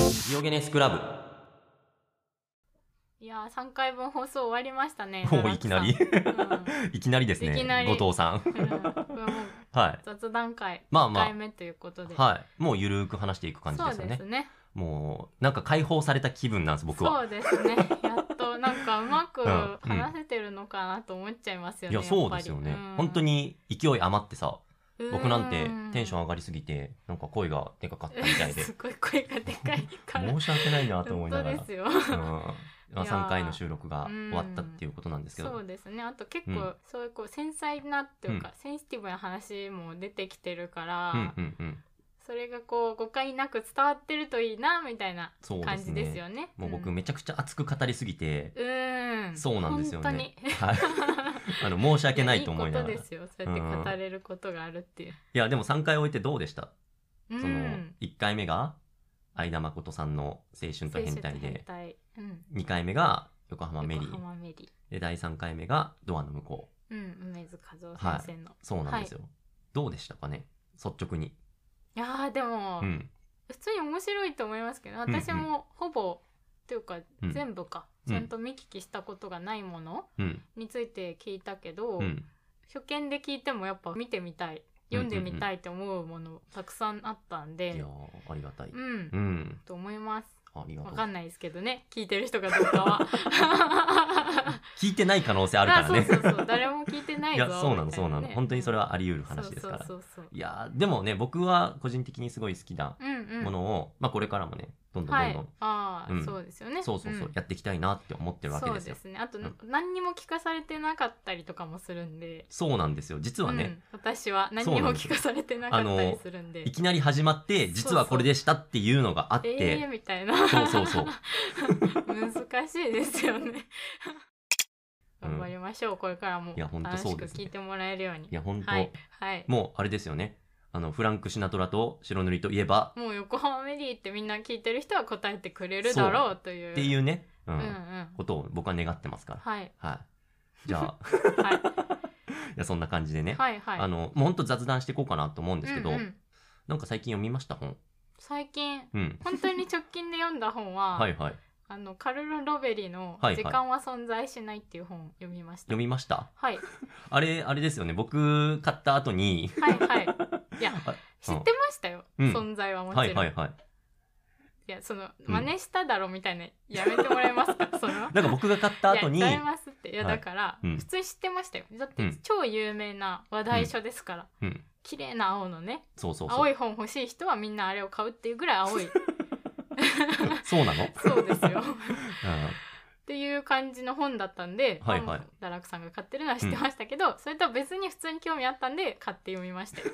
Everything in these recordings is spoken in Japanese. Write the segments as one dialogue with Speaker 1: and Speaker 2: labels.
Speaker 1: スクラブ。
Speaker 2: いやー3回分放送終わりまし たね。
Speaker 1: おーいきなり
Speaker 2: 奈良さん
Speaker 1: いきなりです
Speaker 2: いきな
Speaker 1: ね。
Speaker 2: り
Speaker 1: 後藤さん。
Speaker 2: うんうんこれもう
Speaker 1: はい。
Speaker 2: 雑談会
Speaker 1: まあまあ
Speaker 2: 1回目ということで、
Speaker 1: はい。もうゆるーく話していく感じですよね。
Speaker 2: そうですね。
Speaker 1: もう、なんか解放された気分なんです、僕は。
Speaker 2: そうですね。 やっとなんかうまく
Speaker 1: うんうん
Speaker 2: 話せてるのかなと思っちゃいますよ
Speaker 1: い
Speaker 2: ね。
Speaker 1: や、そうですよね。本当に勢い余ってさ、僕なんてテンション
Speaker 2: ン
Speaker 1: 上がりすぎて、なんか声がでかかったみたいで、
Speaker 2: すごい声がでかいから。
Speaker 1: 申し訳ないなと思いながら
Speaker 2: 本当。ですよ。
Speaker 1: うんまあ、
Speaker 2: いやー
Speaker 1: 3回の収録が終わったっていうことなんですけど、
Speaker 2: そうですねあと結
Speaker 1: うん
Speaker 2: 構そういうこう繊細なっていうか、センシティブな話も出てきてるから、
Speaker 1: うんうんうん、
Speaker 2: それがこう誤解なく伝わってるといいなみたいな
Speaker 1: そうで
Speaker 2: 感
Speaker 1: す
Speaker 2: じ
Speaker 1: ね
Speaker 2: ですよね。
Speaker 1: もう僕
Speaker 2: ん
Speaker 1: めちゃくちゃ熱く語りすぎて、
Speaker 2: うーん
Speaker 1: そうなんですよね
Speaker 2: 本当に
Speaker 1: はいあの申し訳 ないと思いながらい
Speaker 2: いいことですよそうやって語れることがあるっていう。
Speaker 1: やでも3回終えてどうでした、
Speaker 2: うん、
Speaker 1: その1回目が相田誠さんの青春と変態
Speaker 2: 青春と
Speaker 1: で
Speaker 2: うん、
Speaker 1: 2回目が横浜メリ
Speaker 2: 横
Speaker 1: ー
Speaker 2: 浜メリ
Speaker 1: で第3回目がドアの向こう
Speaker 2: ー。うん、梅津和夫先生の。
Speaker 1: そうなんですよ、どうでしたかね率直に
Speaker 2: い、やーでも、
Speaker 1: うん
Speaker 2: 普通に面白いと思いますけど
Speaker 1: んうん
Speaker 2: 私もほぼ、というか、
Speaker 1: うん
Speaker 2: 全部か
Speaker 1: うん
Speaker 2: ちゃんと見聞きしたことがないもの
Speaker 1: うん
Speaker 2: について聞いたけど、
Speaker 1: うん
Speaker 2: 初見で聞いてもやっぱ見てみたい読んでみたいと思うものたくさんあったん
Speaker 1: いや
Speaker 2: で
Speaker 1: ーありがたい
Speaker 2: うん、
Speaker 1: うん
Speaker 2: と思います
Speaker 1: ありが
Speaker 2: わ
Speaker 1: とう
Speaker 2: かんないですけどね聞いてる人がどうかは
Speaker 1: 聞いてない可能 性あるからね
Speaker 2: あそうそうそう誰も聞いてない
Speaker 1: い
Speaker 2: ぞ
Speaker 1: やそうなのそうなの、本当にそれ
Speaker 2: は
Speaker 1: はあり得る話ですから
Speaker 2: そうそうそう
Speaker 1: いやーでもね僕は個人的にすごい好きな
Speaker 2: そううんうん
Speaker 1: ものを、まあこれからもねどんどんど
Speaker 2: は
Speaker 1: ん
Speaker 2: い
Speaker 1: どん、
Speaker 2: ああ、
Speaker 1: うん
Speaker 2: そうですよね
Speaker 1: そうそうそう、
Speaker 2: ん
Speaker 1: やっていきたいなって思ってるわけですよ
Speaker 2: そうですねあと、な
Speaker 1: うん
Speaker 2: 何にも聞かされてなかったりとかもするんで
Speaker 1: そうなんですよ実はね、
Speaker 2: うん、私は何
Speaker 1: そう
Speaker 2: に
Speaker 1: なん
Speaker 2: も
Speaker 1: です
Speaker 2: 聞かされてなかったりするんで
Speaker 1: いきなり始まって実はこれでしたっていうのがあって
Speaker 2: ええー、みたいな
Speaker 1: そうそう そう
Speaker 2: 難しいですよね
Speaker 1: うん
Speaker 2: 頑張りましょう、これからも
Speaker 1: いやほんと
Speaker 2: 楽
Speaker 1: そ
Speaker 2: し
Speaker 1: う
Speaker 2: く
Speaker 1: ですね
Speaker 2: 聞いてもらえるよう
Speaker 1: い
Speaker 2: に
Speaker 1: や本当、
Speaker 2: はいはい
Speaker 1: もうあれですよねあのフランク・シナトラと白塗りといえば
Speaker 2: もう横浜メリーってみんな聞いてる人は答えてくれるだろうという。
Speaker 1: っていうね、うん
Speaker 2: うんうん。
Speaker 1: ことを僕は願ってますから
Speaker 2: はい。
Speaker 1: はいじゃ あ
Speaker 2: はい。
Speaker 1: いやそんな感じでね、
Speaker 2: はいはい。
Speaker 1: あのもうほんと雑談していこうかなと思うんですけど、
Speaker 2: うんうん
Speaker 1: なんか最近読みました本
Speaker 2: 最近、
Speaker 1: うん
Speaker 2: 本当に直近で読んだ本は、
Speaker 1: はいはい
Speaker 2: あの、カルロ・ロベリの
Speaker 1: はいはい
Speaker 2: 時間は存在しないっていう本を読みました。
Speaker 1: 読みました
Speaker 2: はい。
Speaker 1: あれあれですよね僕買った後に
Speaker 2: はい はい。いや、
Speaker 1: あ
Speaker 2: 知ってましたよ。
Speaker 1: うん
Speaker 2: 存在はもちろ
Speaker 1: は
Speaker 2: ん。
Speaker 1: い
Speaker 2: い
Speaker 1: はいはい
Speaker 2: や、その、真似しただろみたいな、やめてもらえますか、そ の。
Speaker 1: なんか僕が買った後に
Speaker 2: いや、違いますって。いや、
Speaker 1: はい
Speaker 2: だから、
Speaker 1: うん
Speaker 2: 普通に知ってましたよ。だっ
Speaker 1: う
Speaker 2: て
Speaker 1: ん、
Speaker 2: 超有名な話題書ですから。
Speaker 1: うん
Speaker 2: 綺麗な青のね、
Speaker 1: そうそうそう
Speaker 2: 青い本欲しい人はみんなあれを買うっていうぐらい 青い
Speaker 1: そう なの、うん、
Speaker 2: そうですよっていう感じの本だったんで、
Speaker 1: はいはい
Speaker 2: まあ堕落さんが買ってるのは知ってましたけど、それとは別に普通に興味あったんで買って読みま したよ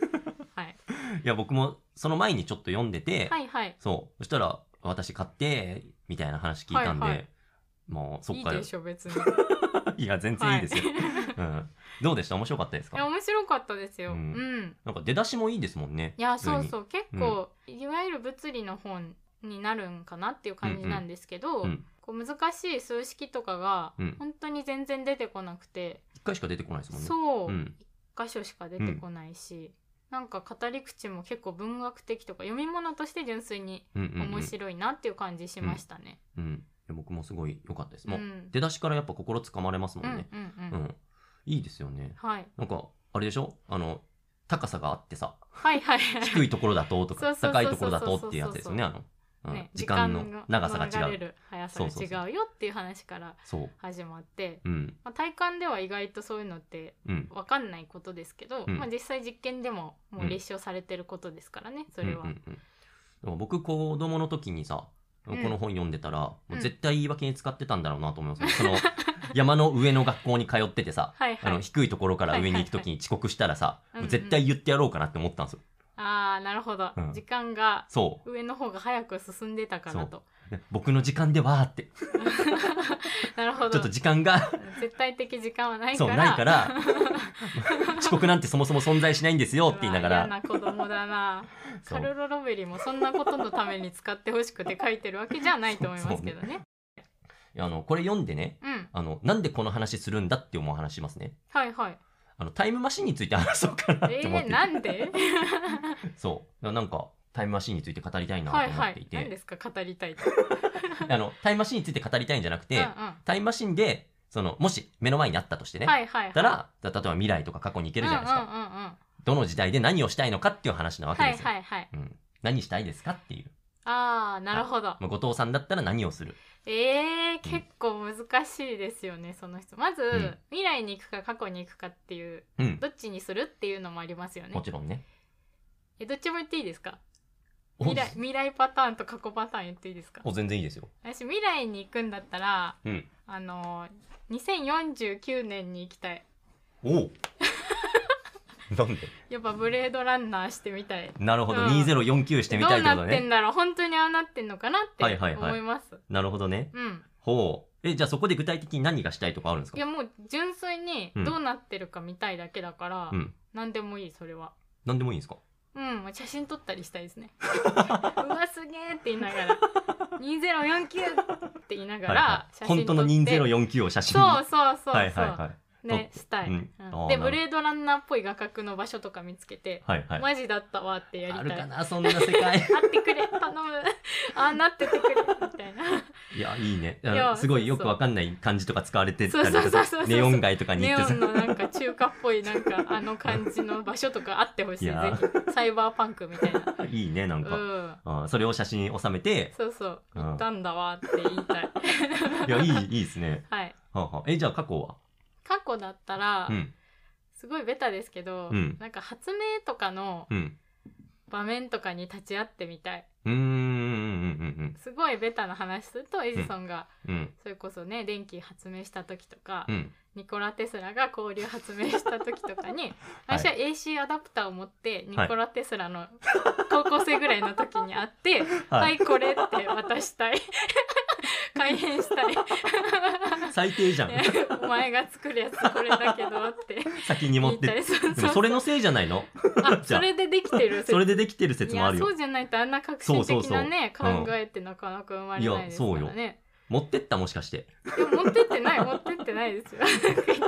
Speaker 2: はい、
Speaker 1: いや僕もその前にちょっと読んでて、
Speaker 2: はいはい
Speaker 1: そうそしたら私買ってみたいな話聞いたんで、
Speaker 2: はいはい
Speaker 1: もうそ
Speaker 2: い
Speaker 1: っ
Speaker 2: い
Speaker 1: かよ
Speaker 2: でしょ別 に
Speaker 1: いや全然いいですよ、
Speaker 2: はい
Speaker 1: うん、どうでした面白かったです
Speaker 2: いや
Speaker 1: か
Speaker 2: 面白かったですよ
Speaker 1: う
Speaker 2: うんん、
Speaker 1: なんか出だしもいいですもんね
Speaker 2: いや
Speaker 1: 普通に
Speaker 2: そうそう結構、いわゆる物理の本になるんかなっていう感じなんですけど、
Speaker 1: うんうん
Speaker 2: こう難しい数式とかが
Speaker 1: うん
Speaker 2: 本当に全然出てこなくて、
Speaker 1: 一回しか出てこないですもんね
Speaker 2: そう、
Speaker 1: ん、
Speaker 2: 箇所しか出てこないし、なんか語り口も結構文学的とか読み物として純粋に
Speaker 1: うんうんうん
Speaker 2: 面白いなっていう感じしましたね。
Speaker 1: うん、いや僕もすごい良かったです
Speaker 2: うん
Speaker 1: も
Speaker 2: う
Speaker 1: う、
Speaker 2: ん
Speaker 1: 出だしからやっぱ心つかまれますも
Speaker 2: うんん
Speaker 1: ね
Speaker 2: う
Speaker 1: うんん、いいですよね
Speaker 2: はい
Speaker 1: なんかあれでしょあの高さがあってさ
Speaker 2: はいはい
Speaker 1: 低いところだとと
Speaker 2: そ
Speaker 1: か
Speaker 2: うそうそうそ
Speaker 1: 高
Speaker 2: う
Speaker 1: いところだとっていうやつですよねあの、うん
Speaker 2: ね
Speaker 1: 時間の長さが
Speaker 2: 時間の
Speaker 1: 違
Speaker 2: 流
Speaker 1: う
Speaker 2: れる速さ
Speaker 1: そうそうそ
Speaker 2: が違うよっていう話から
Speaker 1: そう
Speaker 2: 始まって、
Speaker 1: うん
Speaker 2: まあ、体感では意外とそういうのって
Speaker 1: うん
Speaker 2: 分かんないことですけど、
Speaker 1: うん
Speaker 2: まあ、実際実験でももう立証されてることですからねそれは。
Speaker 1: うんうんうん、でも僕子供の時にさこ
Speaker 2: うん
Speaker 1: の本読んでたら、
Speaker 2: うん
Speaker 1: もう絶対言い訳に使ってたんだろうなと思いますよ、その 山の上の学校に通っててさ
Speaker 2: はいは
Speaker 1: あの
Speaker 2: い、
Speaker 1: 低いところから上に行く時に遅刻したらさ、
Speaker 2: はいはいはい
Speaker 1: もう絶対言ってやろうかなって思ったんですよ、
Speaker 2: ああなるほど、
Speaker 1: うん
Speaker 2: 時間が
Speaker 1: そう
Speaker 2: 上の方が早く進んでたからと。
Speaker 1: で僕の時間ではーって
Speaker 2: なるほど
Speaker 1: ちょっと時間が
Speaker 2: 絶対的時間はないか
Speaker 1: そう
Speaker 2: ら
Speaker 1: ないから 遅刻なんてそもそも存在しないんですよって言いなが
Speaker 2: うわ
Speaker 1: ら
Speaker 2: 嫌な子供だな
Speaker 1: そ
Speaker 2: カ
Speaker 1: う
Speaker 2: ルロ・ロベリもそんなことのために使ってほしくて書いてるわけじゃないと思いますけどね
Speaker 1: いやあのこれ読んでね
Speaker 2: うん
Speaker 1: あのなんでこの話するんだって思う話しますね
Speaker 2: はい はい
Speaker 1: あのタイムマシンについて話そうかなっ
Speaker 2: え
Speaker 1: て思ってて、
Speaker 2: ー、なんで
Speaker 1: そう。なんか、タイムマシンについて語り たいなと
Speaker 2: はい
Speaker 1: 思
Speaker 2: は
Speaker 1: ってい
Speaker 2: い
Speaker 1: て、
Speaker 2: 何ですか語りたいって、
Speaker 1: あのタイムマシンについて語りたいんじゃなく
Speaker 2: うん
Speaker 1: て、
Speaker 2: うん、は
Speaker 1: タイムマシンでそのもし目の前にあったとしてね、
Speaker 2: いはいは
Speaker 1: だっ
Speaker 2: い
Speaker 1: たら例えば未来とか過去に行けるじゃないですか、
Speaker 2: うんうんうんうん
Speaker 1: どの時代で何をしたいのかっていう話なわけ
Speaker 2: は
Speaker 1: で
Speaker 2: い
Speaker 1: すよ、
Speaker 2: はいはい
Speaker 1: うん、何したいですかっていう、
Speaker 2: ああなるほど、
Speaker 1: まあ、後藤さんだったら何をする
Speaker 2: えー、結構難しいですよねその質問まず、
Speaker 1: ん
Speaker 2: 未来に行くか過去に行くかっていう
Speaker 1: うん
Speaker 2: どっちにするっていうのもありますよね
Speaker 1: もちろんね
Speaker 2: えどっちも言っていいですか
Speaker 1: お
Speaker 2: 未来未来パターンと過去パターン言っていいですか
Speaker 1: お全然いいです よ
Speaker 2: 私未来に行くんだったら
Speaker 1: うん
Speaker 2: あの2049年に行きたい
Speaker 1: おおなんで
Speaker 2: やっぱブレードランナーしてみたい
Speaker 1: なるほど、
Speaker 2: うん
Speaker 1: 2049してみたいってこと
Speaker 2: どうなって
Speaker 1: ね
Speaker 2: んだろう本当にああなってんのかなって
Speaker 1: はいはいはい
Speaker 2: 思います、
Speaker 1: なるほどね
Speaker 2: うん
Speaker 1: ほうえじゃあそこで具体的に何がしたいとかあるんです
Speaker 2: い
Speaker 1: か
Speaker 2: やもう純粋に
Speaker 1: うん
Speaker 2: どうなってるか見たいだけだから、
Speaker 1: うん
Speaker 2: 何でもいいそれは
Speaker 1: 何でもいいんですか
Speaker 2: うん写真撮ったりしたいですね うわすげえって言いながら2049って言いながら写真撮っ
Speaker 1: 本
Speaker 2: て
Speaker 1: 当の2049を写真に
Speaker 2: そうそうそうそう、
Speaker 1: はいはいはい
Speaker 2: ね
Speaker 1: 撮
Speaker 2: したい、
Speaker 1: うん
Speaker 2: うん
Speaker 1: あーなるほ
Speaker 2: で
Speaker 1: ど
Speaker 2: ブレードランナーっぽい画角の場所とか見つけて、
Speaker 1: はいはい
Speaker 2: マジだったわってやりたい
Speaker 1: あるかなそんな世界
Speaker 2: 会ってくれ頼む ああなっててくれみたいない
Speaker 1: や いいね
Speaker 2: いや
Speaker 1: あのすごい
Speaker 2: そう
Speaker 1: よ
Speaker 2: そう
Speaker 1: くわかんない漢字とか使われてたり
Speaker 2: そう
Speaker 1: と
Speaker 2: そう
Speaker 1: か
Speaker 2: そうそう
Speaker 1: ネオン街とかに行
Speaker 2: ネ
Speaker 1: って
Speaker 2: オ
Speaker 1: さ
Speaker 2: ンのなんか中華っぽいなんかあの感じの場所とかあってほし
Speaker 1: い
Speaker 2: いぜ
Speaker 1: や
Speaker 2: ひサイバーパンクみたいな
Speaker 1: いいねなんか、
Speaker 2: うん
Speaker 1: あーそれを写真に収めて
Speaker 2: そうそう
Speaker 1: うん
Speaker 2: 行ったんだわって言いたい
Speaker 1: いやいい いいですね
Speaker 2: はい
Speaker 1: はあはあえじゃあ過去は
Speaker 2: 過去だったら、
Speaker 1: うん
Speaker 2: すごいベタですけど、
Speaker 1: うん
Speaker 2: なんか発明とかの
Speaker 1: うん
Speaker 2: 場面とかに立ち会ってみたいう
Speaker 1: ーんうん
Speaker 2: すごいベタな話するとエジソンが、
Speaker 1: うんうんうん
Speaker 2: それこそね電気発明した時とか、
Speaker 1: うん
Speaker 2: ニコラ・テスラが交流発明した時と かに、私は AC アダプターを持ってニコラ・テスラの高校生ぐらいの時に会って「はい、
Speaker 1: はい
Speaker 2: これ」って渡したい 改変したい
Speaker 1: 最低じゃん
Speaker 2: お前が作るやつこれだけ どって
Speaker 1: 先に持っ
Speaker 2: 言いた
Speaker 1: て
Speaker 2: いそう
Speaker 1: で
Speaker 2: そう
Speaker 1: もそれのせいじゃないのじ
Speaker 2: あ
Speaker 1: ゃ
Speaker 2: そ
Speaker 1: あ
Speaker 2: れでできてる
Speaker 1: それでできてる説
Speaker 2: い
Speaker 1: もあ
Speaker 2: や
Speaker 1: る
Speaker 2: そ
Speaker 1: よ
Speaker 2: うじゃないとあんな革新的なね
Speaker 1: そうそうそううん
Speaker 2: 考えってなかなか生まれないですか
Speaker 1: いや
Speaker 2: ら
Speaker 1: そう
Speaker 2: ね。
Speaker 1: 持ってったもしかして
Speaker 2: でも持ってってない持ってってないですよ。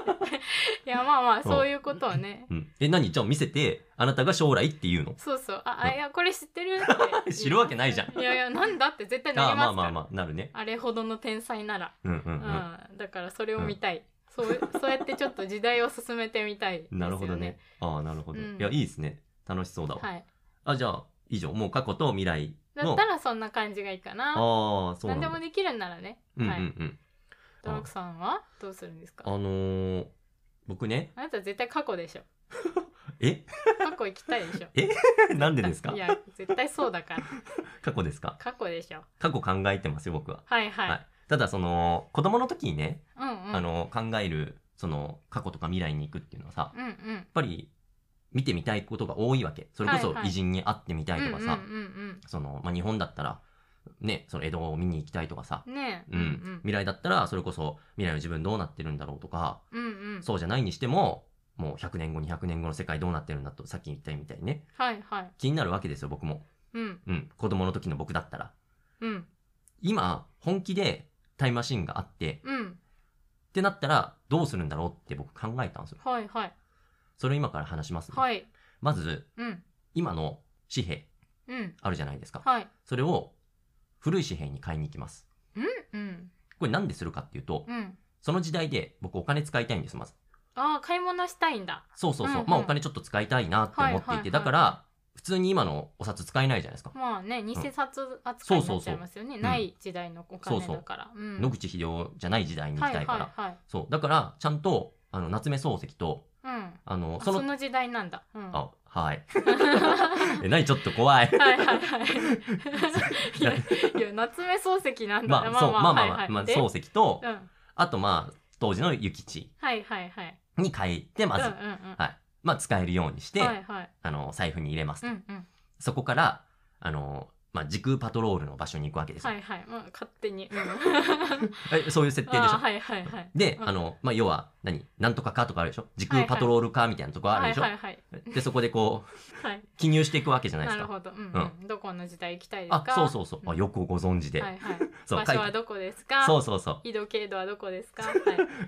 Speaker 2: いやまあまあそういうことをね
Speaker 1: うんえ何じゃあ見せてあなたが将来っていうの
Speaker 2: そうそうああ
Speaker 1: うん
Speaker 2: いやこれ知ってるって
Speaker 1: 知るわけないじゃん
Speaker 2: いやいやなんだって絶対 な
Speaker 1: あ
Speaker 2: り
Speaker 1: あ
Speaker 2: ます
Speaker 1: ま
Speaker 2: から
Speaker 1: あ
Speaker 2: あ
Speaker 1: まあまあなるね
Speaker 2: れほどの天才なら、
Speaker 1: うんうんう
Speaker 2: うん
Speaker 1: ん
Speaker 2: だからそれを見たい、そうそうやってちょっと時代を進めてみたいですよ、ね、
Speaker 1: なるほどねああなるほど
Speaker 2: うん
Speaker 1: いやいいですね楽しそうだわ
Speaker 2: はい
Speaker 1: あじゃあ以上もう過去と未来
Speaker 2: だ
Speaker 1: の
Speaker 2: ったらそんな感じがいいかな
Speaker 1: ああそうな
Speaker 2: 何
Speaker 1: ん
Speaker 2: で
Speaker 1: だ
Speaker 2: もできるんならね、
Speaker 1: うんうん
Speaker 2: は
Speaker 1: う
Speaker 2: い
Speaker 1: ん
Speaker 2: ドラクさんはどうするんです
Speaker 1: あ
Speaker 2: か
Speaker 1: のー僕 ね
Speaker 2: あなた絶対過去でしょ
Speaker 1: え
Speaker 2: 過去行きたいでしょ
Speaker 1: なんでですか
Speaker 2: いや絶対そうだから
Speaker 1: 過去ですか
Speaker 2: 過去でしょ
Speaker 1: 過去考えてますよ僕は
Speaker 2: はいはい、
Speaker 1: はいただその子供の時にね
Speaker 2: うんうん
Speaker 1: あの考えるその過去とか未来に行くっていうのはさ
Speaker 2: うんうん
Speaker 1: やっぱり見てみたいことが多いわけそれこ
Speaker 2: はい
Speaker 1: そ
Speaker 2: はい
Speaker 1: 偉人に会ってみたいとかさ、
Speaker 2: うんうん
Speaker 1: そのまあ、日本だったら、ね、その江戸を見に行きたいとかさ、
Speaker 2: うんうんねえ
Speaker 1: うん未来だったらそれこそ未来の自分どうなってるんだろうとか、
Speaker 2: うんうん
Speaker 1: そうじゃないにしてももう100年後200年後の世界どうなってるんだとさっき言ったみたいにね
Speaker 2: はいはい
Speaker 1: 気になるわけですよ僕も、
Speaker 2: うん
Speaker 1: うん、子供の時の僕だったら
Speaker 2: うん
Speaker 1: 今本気でタイムマシンがあって
Speaker 2: うん
Speaker 1: ってなったらどうするんだろうって僕考えたんですよ
Speaker 2: はいはい
Speaker 1: それを今から話しますね、
Speaker 2: はい
Speaker 1: まず
Speaker 2: うん
Speaker 1: 今の紙幣
Speaker 2: うん
Speaker 1: あるじゃないですか、
Speaker 2: はい
Speaker 1: それを古い紙幣に買いに行きます。
Speaker 2: うん
Speaker 1: これなんでするかっていうと、
Speaker 2: うん
Speaker 1: その時代で僕お金使いたいんです、まず。
Speaker 2: ああ買い物したいんだ
Speaker 1: そうそうそう。
Speaker 2: うんうん
Speaker 1: まあお金ちょっと使いたいなって思っていて、
Speaker 2: はいはいはい
Speaker 1: だから、普通に今のお札使えないじゃないですか。
Speaker 2: まあね偽札扱いになっちゃいますよね、
Speaker 1: ん
Speaker 2: ない時代のお金だからう
Speaker 1: 野口英世じゃない時代に行きたいから。
Speaker 2: はいはいはい
Speaker 1: そう。だから、ちゃんと、あの、夏目漱石と、
Speaker 2: うん
Speaker 1: あの、
Speaker 2: あ
Speaker 1: そ
Speaker 2: そ
Speaker 1: の、
Speaker 2: の時代なんだ、うん、
Speaker 1: あ、はい。え、何ちょっと怖 い。
Speaker 2: はいはいはい。いや、いや夏目漱石なん
Speaker 1: ま
Speaker 2: だ。
Speaker 1: あ、そう、まあまあまあ、まあ、
Speaker 2: で
Speaker 1: 漱石と
Speaker 2: う、ん。
Speaker 1: あとまあ、当時の諭吉
Speaker 2: はいはいはい。
Speaker 1: に変えて、まず、
Speaker 2: うんうんうん。
Speaker 1: はい。まあ、使えるようにして、
Speaker 2: はいはい。
Speaker 1: あの、財布に入れますと
Speaker 2: うんうん。
Speaker 1: そこから、あの、まあ、時空パトロールの場所に行くわけですよ。
Speaker 2: はいはい。まあ勝手に。うん。
Speaker 1: えそういう設定でし
Speaker 2: あ
Speaker 1: ょ
Speaker 2: ー。はいはいはい。
Speaker 1: で、
Speaker 2: うん
Speaker 1: あの、まあ、要は、何なんとかかとかあるでしょ時空パトロールかみたいなとこあるでしょ、
Speaker 2: はいはい
Speaker 1: で、そこでこう、
Speaker 2: はい。
Speaker 1: 記入していくわけじゃな
Speaker 2: はいい。
Speaker 1: で
Speaker 2: な
Speaker 1: す
Speaker 2: る
Speaker 1: か。
Speaker 2: ほど。うんうん。どこの時代行きたいです
Speaker 1: あ
Speaker 2: か。、
Speaker 1: そうそうそう。あよくご存知で。
Speaker 2: はいはい。
Speaker 1: そう
Speaker 2: 場所は
Speaker 1: 書いて
Speaker 2: どこですか。
Speaker 1: そうそうそう。
Speaker 2: 緯度経度はどこですか。 はい。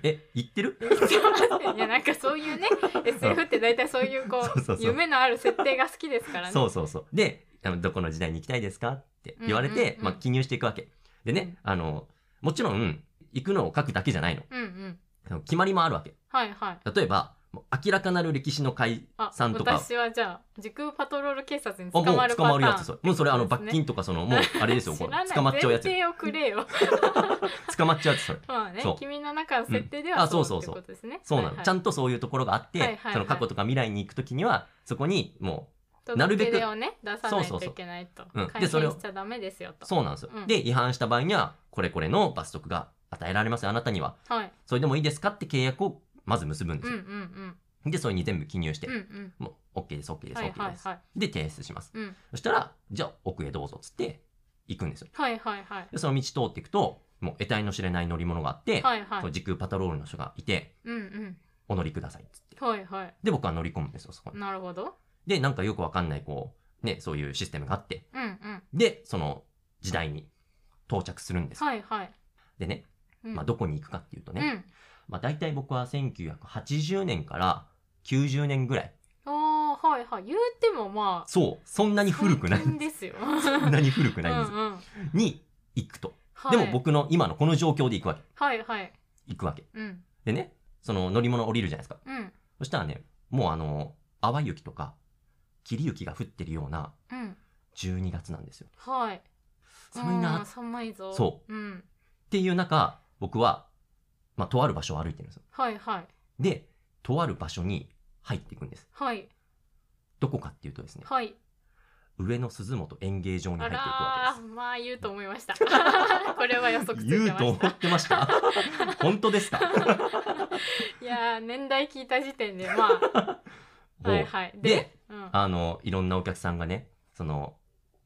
Speaker 1: え、言ってる
Speaker 2: いやなんかそういうね、SF って大体そういうこ
Speaker 1: そうそう
Speaker 2: う
Speaker 1: そう
Speaker 2: 夢のある設定が好きですからね。
Speaker 1: そうそうそう。で、でもどこの時代に行きたいですかって言われて、
Speaker 2: うんうんうん
Speaker 1: まあ、記入していくわけ。でね、
Speaker 2: うん
Speaker 1: あの、もちろん、行くのを書くだけじゃないの。
Speaker 2: うんうん
Speaker 1: でも決まりもあるわけ。
Speaker 2: はいはい
Speaker 1: 例えば、もう明らかなる歴史の解
Speaker 2: あ
Speaker 1: 散とか、
Speaker 2: 私はじゃあ時空パトロール警察に
Speaker 1: あ
Speaker 2: 捕
Speaker 1: も
Speaker 2: ま
Speaker 1: う
Speaker 2: る
Speaker 1: 捕
Speaker 2: パターン
Speaker 1: まるやつ、それ。もうそれ、あの、
Speaker 2: そうですね
Speaker 1: 罰金とか、その、もう、あれですよ、こ
Speaker 2: 知らな
Speaker 1: の
Speaker 2: い
Speaker 1: 捕まっちゃうやつ
Speaker 2: 前。提をくれよ
Speaker 1: 捕まっちゃうやつ、それ。
Speaker 2: まあね
Speaker 1: そう
Speaker 2: 君の中の設定で
Speaker 1: うん
Speaker 2: は
Speaker 1: あ
Speaker 2: そ
Speaker 1: そうう
Speaker 2: って
Speaker 1: そう
Speaker 2: こ
Speaker 1: そう
Speaker 2: とですね
Speaker 1: そうなの、
Speaker 2: はいはい
Speaker 1: ちゃんとそういうところがあって、
Speaker 2: はいはいはい
Speaker 1: その過去とか未来に行くときには、そこに、も
Speaker 2: 届
Speaker 1: なるべく
Speaker 2: け出をね出さ
Speaker 1: そ
Speaker 2: な
Speaker 1: う
Speaker 2: い
Speaker 1: そう
Speaker 2: と
Speaker 1: そう
Speaker 2: いけないと
Speaker 1: うんで
Speaker 2: 改
Speaker 1: それ
Speaker 2: 変
Speaker 1: を
Speaker 2: しちゃダメですよ
Speaker 1: う、
Speaker 2: と
Speaker 1: そうなんですよ。
Speaker 2: うん
Speaker 1: で、違反した場合には、これこれの罰則が与えられますよ、あなたには。
Speaker 2: はい
Speaker 1: それでもいいですかって契約をまず結ぶんです
Speaker 2: うんう
Speaker 1: よ。
Speaker 2: んうん
Speaker 1: で、それに全部記入して、
Speaker 2: うんうん
Speaker 1: もう OK です、OK です、
Speaker 2: はい
Speaker 1: OK
Speaker 2: はい
Speaker 1: です。
Speaker 2: はい
Speaker 1: で、提出します。
Speaker 2: うん
Speaker 1: そしたら、じゃあ奥へどうぞっつって行くんですよ。
Speaker 2: はいはいはい
Speaker 1: で、その道通っていくと、もう得体の知れない乗り物があって、
Speaker 2: はいは
Speaker 1: その
Speaker 2: い
Speaker 1: 時空パトロールの人がいて、
Speaker 2: うんうん
Speaker 1: お乗りくださいっつって。
Speaker 2: はいはい
Speaker 1: で、僕は乗り込むんですよ、そこに。
Speaker 2: なるほど
Speaker 1: で、なんかよくわかんない、こう、ね、そういうシステムがあって、
Speaker 2: うんうん
Speaker 1: で、その時代に到着するんですよ。
Speaker 2: はいはい
Speaker 1: でね、
Speaker 2: うん
Speaker 1: まあ、どこに行くかっていうとね、
Speaker 2: うん
Speaker 1: まあ、大体僕は1980年から90年ぐらい。
Speaker 2: ああはいはい言うてもまあ
Speaker 1: そう、そんなに古くない。
Speaker 2: 最近ですよ
Speaker 1: そんなに古くないんです
Speaker 2: う
Speaker 1: よ。
Speaker 2: んうん
Speaker 1: に行くと。
Speaker 2: はい、
Speaker 1: でも僕の今のこの状況で行くわけ。
Speaker 2: はいはい
Speaker 1: 行くわけ。
Speaker 2: うん
Speaker 1: でね、その乗り物降りるじゃないですか。
Speaker 2: うん
Speaker 1: そしたらね、もうあの、淡雪とか、霧雪が降ってるような
Speaker 2: うん
Speaker 1: 12月なんですよ。
Speaker 2: はい
Speaker 1: 寒い
Speaker 2: うん
Speaker 1: なっ
Speaker 2: 寒いぞ
Speaker 1: そう
Speaker 2: うん
Speaker 1: ていう中、僕は、まあ、とある場所を歩いてるんですよ。
Speaker 2: はいはい
Speaker 1: で、とある場所に入っていくんです。
Speaker 2: はい
Speaker 1: どこかっていうとですね、
Speaker 2: はい
Speaker 1: 上野鈴本演芸場に入
Speaker 2: あ
Speaker 1: っていく
Speaker 2: ら
Speaker 1: わけ
Speaker 2: ー
Speaker 1: で
Speaker 2: まあ言うと思いました これは予測つ
Speaker 1: す。
Speaker 2: いて
Speaker 1: 言う
Speaker 2: ま
Speaker 1: と
Speaker 2: し
Speaker 1: 思
Speaker 2: た
Speaker 1: ってました 本当ですか
Speaker 2: いやー年代聞いた時点で まあはいはい
Speaker 1: もう
Speaker 2: で
Speaker 1: で、
Speaker 2: うん、は
Speaker 1: あの、いろんなお客さんがね、その、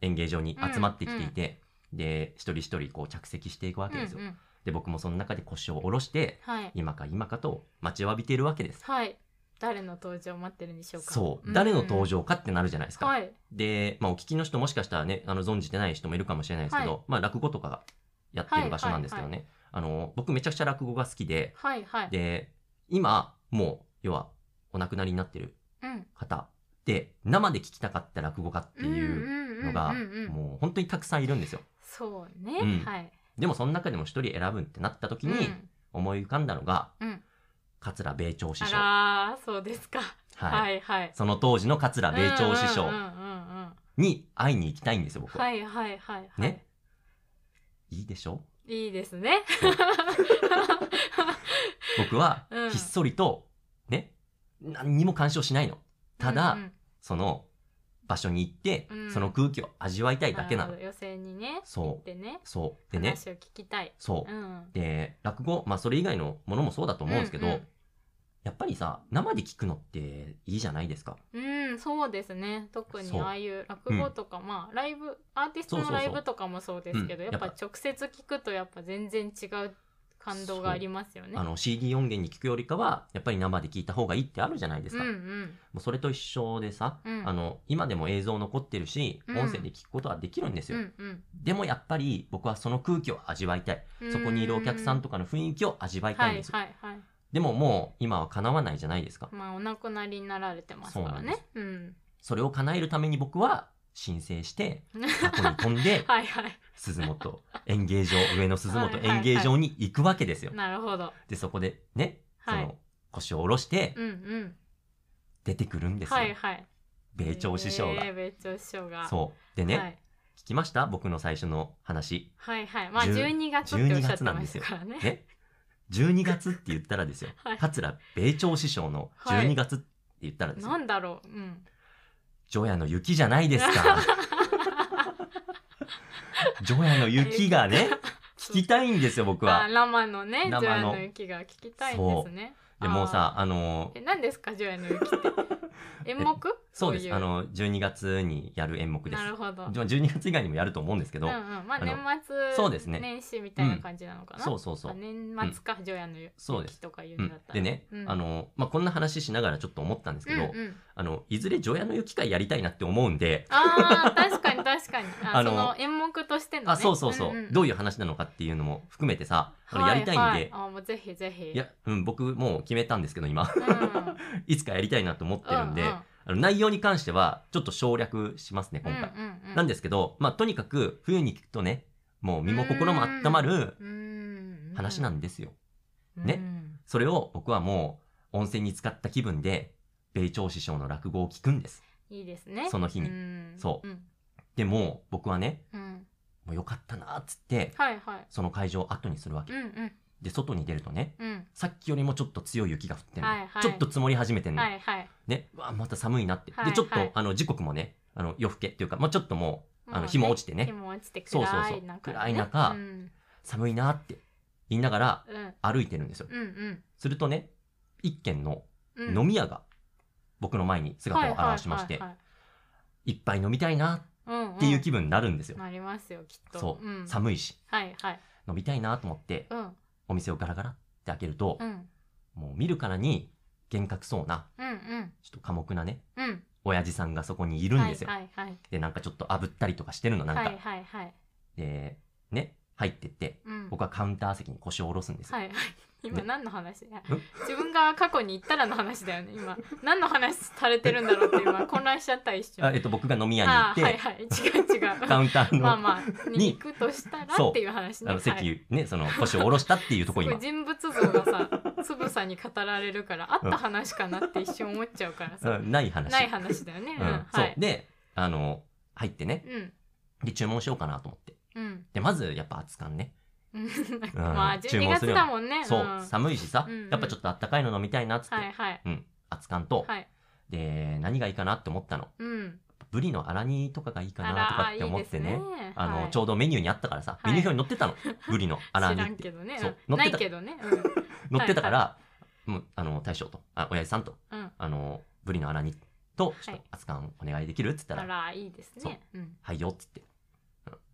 Speaker 1: 演芸場に集まってきていて、で、一人一人こう着席していくわ
Speaker 2: い
Speaker 1: けですよ。
Speaker 2: うんうん、
Speaker 1: で、僕もその中で腰を下ろして、
Speaker 2: はい
Speaker 1: 今か今かと待ちわびているわけです。
Speaker 2: はい誰の登場を待ってるんでしょうか
Speaker 1: そう、
Speaker 2: ん
Speaker 1: 誰の登場かってなるじゃないですか。
Speaker 2: はい
Speaker 1: で、まあ、お聞きの人もしかしたらね、あの、存じてない人もいるかもしれないですけど、
Speaker 2: は
Speaker 1: まあ、落語とかがやってる場所なんですけどね、あの、僕めちゃくちゃ落語が好きで、
Speaker 2: はいはい
Speaker 1: で、今、もう、要は、お亡くなりになってる
Speaker 2: うん
Speaker 1: 方で、生で聞きたかった落語家っていう
Speaker 2: う
Speaker 1: のが
Speaker 2: んうんうんうん、
Speaker 1: もう本当にたくさんいるんですよ。
Speaker 2: そうね、
Speaker 1: うん
Speaker 2: はい
Speaker 1: でも、その中でも一人選ぶってなった時に、思い浮かんだのが、
Speaker 2: うん
Speaker 1: 桂米朝師
Speaker 2: あ
Speaker 1: 匠。
Speaker 2: らーそうですか
Speaker 1: はい。
Speaker 2: はいはい
Speaker 1: その当時の桂米朝師匠
Speaker 2: うんうんうんうん
Speaker 1: に会いに行きたいんですよ、僕は。
Speaker 2: はいはいはいはい
Speaker 1: ね。いいでしょ
Speaker 2: いいですね
Speaker 1: 僕は
Speaker 2: うん、
Speaker 1: ひっそりと、ね、何にも干渉しないの。ただ、
Speaker 2: うんうん
Speaker 1: その場所に行って、
Speaker 2: うん
Speaker 1: その空気を味わいたいだけな
Speaker 2: る
Speaker 1: の
Speaker 2: ほ。ど予選にね行
Speaker 1: そ
Speaker 2: っ
Speaker 1: う。
Speaker 2: てね
Speaker 1: そう。でね、
Speaker 2: 話を聞きたい
Speaker 1: そうう。
Speaker 2: ん
Speaker 1: で、落語、まあそれ以外のものもそうだと思うんですけど、
Speaker 2: うんうん
Speaker 1: やっぱりさ、生で聞くのっていいじゃないですか。
Speaker 2: うんそうですね特に
Speaker 1: そう
Speaker 2: ああいう落語とか、まあライブアーティスト
Speaker 1: そ
Speaker 2: の
Speaker 1: うそう
Speaker 2: ラ
Speaker 1: そう
Speaker 2: イブとかもそうですけど
Speaker 1: うん
Speaker 2: やっぱ
Speaker 1: やっ
Speaker 2: 直接聞くとやっぱ全然違う感動がありますよね
Speaker 1: あの CD 音源に聞くよりかは、やっぱり生で聞いた方がいいってあるじゃないです
Speaker 2: うん
Speaker 1: か。
Speaker 2: う
Speaker 1: も
Speaker 2: ん
Speaker 1: うそれと一緒でさ、
Speaker 2: うん
Speaker 1: あの、今でも映像残ってるし、
Speaker 2: うん
Speaker 1: 音声で聞くことはできるんです
Speaker 2: う
Speaker 1: よ。
Speaker 2: んうん
Speaker 1: でもやっぱり僕はその空気を味わいたい。そこにいるお客さんとかの雰囲気を味わい
Speaker 2: は
Speaker 1: たいん
Speaker 2: い
Speaker 1: ですよ。
Speaker 2: はいはい
Speaker 1: でももう今は叶わないじゃないですか。
Speaker 2: まあお亡くなりになられてますからねうん、
Speaker 1: それを叶えるために僕は申請して、過去に飛んで
Speaker 2: はいはい
Speaker 1: 鈴本演芸場、上野鈴本演芸場に行くわけですよ。
Speaker 2: なるほど
Speaker 1: で、そこでね、そ
Speaker 2: はい
Speaker 1: の腰を下ろして
Speaker 2: うんうん
Speaker 1: 出てくるんですよ。
Speaker 2: はいはい
Speaker 1: 米朝師匠が。
Speaker 2: えー米朝師匠が
Speaker 1: そう。でね、
Speaker 2: はい
Speaker 1: 聞きました僕の最初の話。
Speaker 2: はいはい。まあ
Speaker 1: 10
Speaker 2: 12月っておっしゃってましたからね。
Speaker 1: ね。12月って言ったらですよ。
Speaker 2: はい
Speaker 1: 桂米朝師匠の12月って言ったらですよ。
Speaker 2: なんだろう。うん。
Speaker 1: 除夜の雪じゃないです か。除夜の雪がね、聞きたいんですよ、僕
Speaker 2: あ
Speaker 1: は。
Speaker 2: 生のね、ジョ
Speaker 1: 生
Speaker 2: ヤ
Speaker 1: の
Speaker 2: の雪が聞きたいんですね。
Speaker 1: でもうさ、あの
Speaker 2: え、、何ですか、ジョヤの雪って。 演目
Speaker 1: そうです。
Speaker 2: い
Speaker 1: あの、12月にやる演目です
Speaker 2: な。るほど。うん
Speaker 1: じゃあ12月以外にもやると思うんですけ
Speaker 2: う
Speaker 1: ど、
Speaker 2: ん。まあ
Speaker 1: あの
Speaker 2: 年末、
Speaker 1: そうですね
Speaker 2: 年始みたいな感じなのかな。
Speaker 1: そうそうそう
Speaker 2: あ。年末か、ジョヤの雪
Speaker 1: そうです
Speaker 2: とかいう
Speaker 1: うんん
Speaker 2: だったら。
Speaker 1: でね、
Speaker 2: うん
Speaker 1: あ、の、まあ、こんな話しながらちょっと思ったんです
Speaker 2: う
Speaker 1: け
Speaker 2: ん
Speaker 1: ど、
Speaker 2: うん。
Speaker 1: あの、いずれ除夜の雪会やりたいなって思うんで、
Speaker 2: ああ、確かに確かに。あ
Speaker 1: あの
Speaker 2: その演目としてのね。
Speaker 1: あ、そうそうそう、どういう話なのかっていうのも含めてさ、あのやりたいんで、
Speaker 2: はいはあもうぜひぜひ。
Speaker 1: や、うん、僕もう決めたんですけど、今、
Speaker 2: うん、うん
Speaker 1: いつかやりたいなと思ってるんで、
Speaker 2: うん
Speaker 1: あの内容に関してはちょっと省略しますね今回、なんですけど、まあ、とにかく冬に聞くとねもう身も心も温まる話なんですよ、ねそれを僕はもう温泉に浸かった気分で米朝師匠の落語を聞くんです
Speaker 2: いいですね
Speaker 1: その日に
Speaker 2: に、
Speaker 1: そう
Speaker 2: うん
Speaker 1: でも僕はね
Speaker 2: うん、
Speaker 1: もうよかったなっつって
Speaker 2: はいはい
Speaker 1: その会場を後にするわけ
Speaker 2: うんうん
Speaker 1: で外に出るとね
Speaker 2: うん
Speaker 1: さっきよりもちょっと強い雪が降ってんの、
Speaker 2: はいはい
Speaker 1: ちょっと積もり始めてんの、
Speaker 2: はいはい
Speaker 1: ねうわまた寒いなって、
Speaker 2: はいは
Speaker 1: で
Speaker 2: い
Speaker 1: ちょっとあの時刻もねあの夜更けっていうか、まあ、ちょっともうあの
Speaker 2: もうね
Speaker 1: 日も落ちてね
Speaker 2: 日も落ちて
Speaker 1: そうそうそう
Speaker 2: 暗い中ね
Speaker 1: 暗い中
Speaker 2: うん
Speaker 1: 寒いなって言いながら
Speaker 2: うん
Speaker 1: 歩いてるんですよ
Speaker 2: うんうん
Speaker 1: するとね一軒の
Speaker 2: うん
Speaker 1: 飲み屋が僕の前に姿を現しまして、
Speaker 2: はいはい
Speaker 1: 一杯飲みたいな
Speaker 2: はいはい
Speaker 1: っていう気分になるんですよ、
Speaker 2: なりますよきっと
Speaker 1: そう、
Speaker 2: ん
Speaker 1: 寒いし
Speaker 2: はいはい
Speaker 1: 飲みたいなと思って
Speaker 2: うん
Speaker 1: お店をガラガラって開けると
Speaker 2: う、ん
Speaker 1: もう見るからに幻覚そうな
Speaker 2: うんうん
Speaker 1: ちょっと寡黙なね
Speaker 2: うん
Speaker 1: 親父さんがそこにいるんですよ、
Speaker 2: はいはいはい
Speaker 1: でなんかちょっと炙ったりとかしてるのなんか、
Speaker 2: はいはいはい
Speaker 1: でね入ってって
Speaker 2: うん
Speaker 1: 僕はカウンター席に腰を下ろすんですよ、
Speaker 2: はい はい今
Speaker 1: ね
Speaker 2: 何の話、いや
Speaker 1: ん
Speaker 2: 自分が過去に行ったらの話だよね今何の話されてるんだろうって今混乱しちゃった一瞬
Speaker 1: あえっと、僕が飲み屋に行
Speaker 2: あ
Speaker 1: っ
Speaker 2: ー
Speaker 1: て、
Speaker 2: はいはい違う違 う
Speaker 1: カウンターの,、
Speaker 2: まあまあに行くとしたら
Speaker 1: そう
Speaker 2: っていう話ね
Speaker 1: あの席、
Speaker 2: はい
Speaker 1: ねその腰を下ろしたっていうと
Speaker 2: す
Speaker 1: こ
Speaker 2: ご
Speaker 1: ろ
Speaker 2: い
Speaker 1: 今
Speaker 2: 人物像がさつぶさに語られるからあった話かなって一瞬思っちゃうからさ、
Speaker 1: うんない話
Speaker 2: ない話だよね、
Speaker 1: う
Speaker 2: うん
Speaker 1: んそ
Speaker 2: は
Speaker 1: う
Speaker 2: い
Speaker 1: であの入ってね
Speaker 2: うん
Speaker 1: で注文しようかなと思って
Speaker 2: うん
Speaker 1: でまずやっぱ熱燗ね、
Speaker 2: うん
Speaker 1: うん
Speaker 2: まあ
Speaker 1: 注
Speaker 2: 12
Speaker 1: 文す
Speaker 2: 月
Speaker 1: るよ
Speaker 2: だもんね
Speaker 1: そう寒いしさ、
Speaker 2: うんうん
Speaker 1: やっぱちょっとあったかいの飲みたいなっつって、
Speaker 2: はいはい
Speaker 1: うん熱燗と、
Speaker 2: はい
Speaker 1: で何がいいかなって思ったの
Speaker 2: うん
Speaker 1: ブリの荒煮とかがいいかなとかって思ってね
Speaker 2: あらいいですね
Speaker 1: あの
Speaker 2: はい
Speaker 1: ちょうどメニューにあったからさ、
Speaker 2: はい
Speaker 1: メニュー表に載ってたのブリの荒
Speaker 2: 知
Speaker 1: 煮
Speaker 2: ら
Speaker 1: っ
Speaker 2: ん
Speaker 1: て
Speaker 2: けどね
Speaker 1: そう
Speaker 2: うん
Speaker 1: 乗
Speaker 2: な
Speaker 1: って
Speaker 2: い
Speaker 1: た
Speaker 2: けどね
Speaker 1: 載ってたから、もうあの大将とあ親父さんと
Speaker 2: う ん、うん、
Speaker 1: あのブリの荒煮とちょ
Speaker 2: は
Speaker 1: っと
Speaker 2: い
Speaker 1: 熱燗お願いできるっつったら
Speaker 2: あらいいです
Speaker 1: そう
Speaker 2: ねうん
Speaker 1: はいよっつって。うん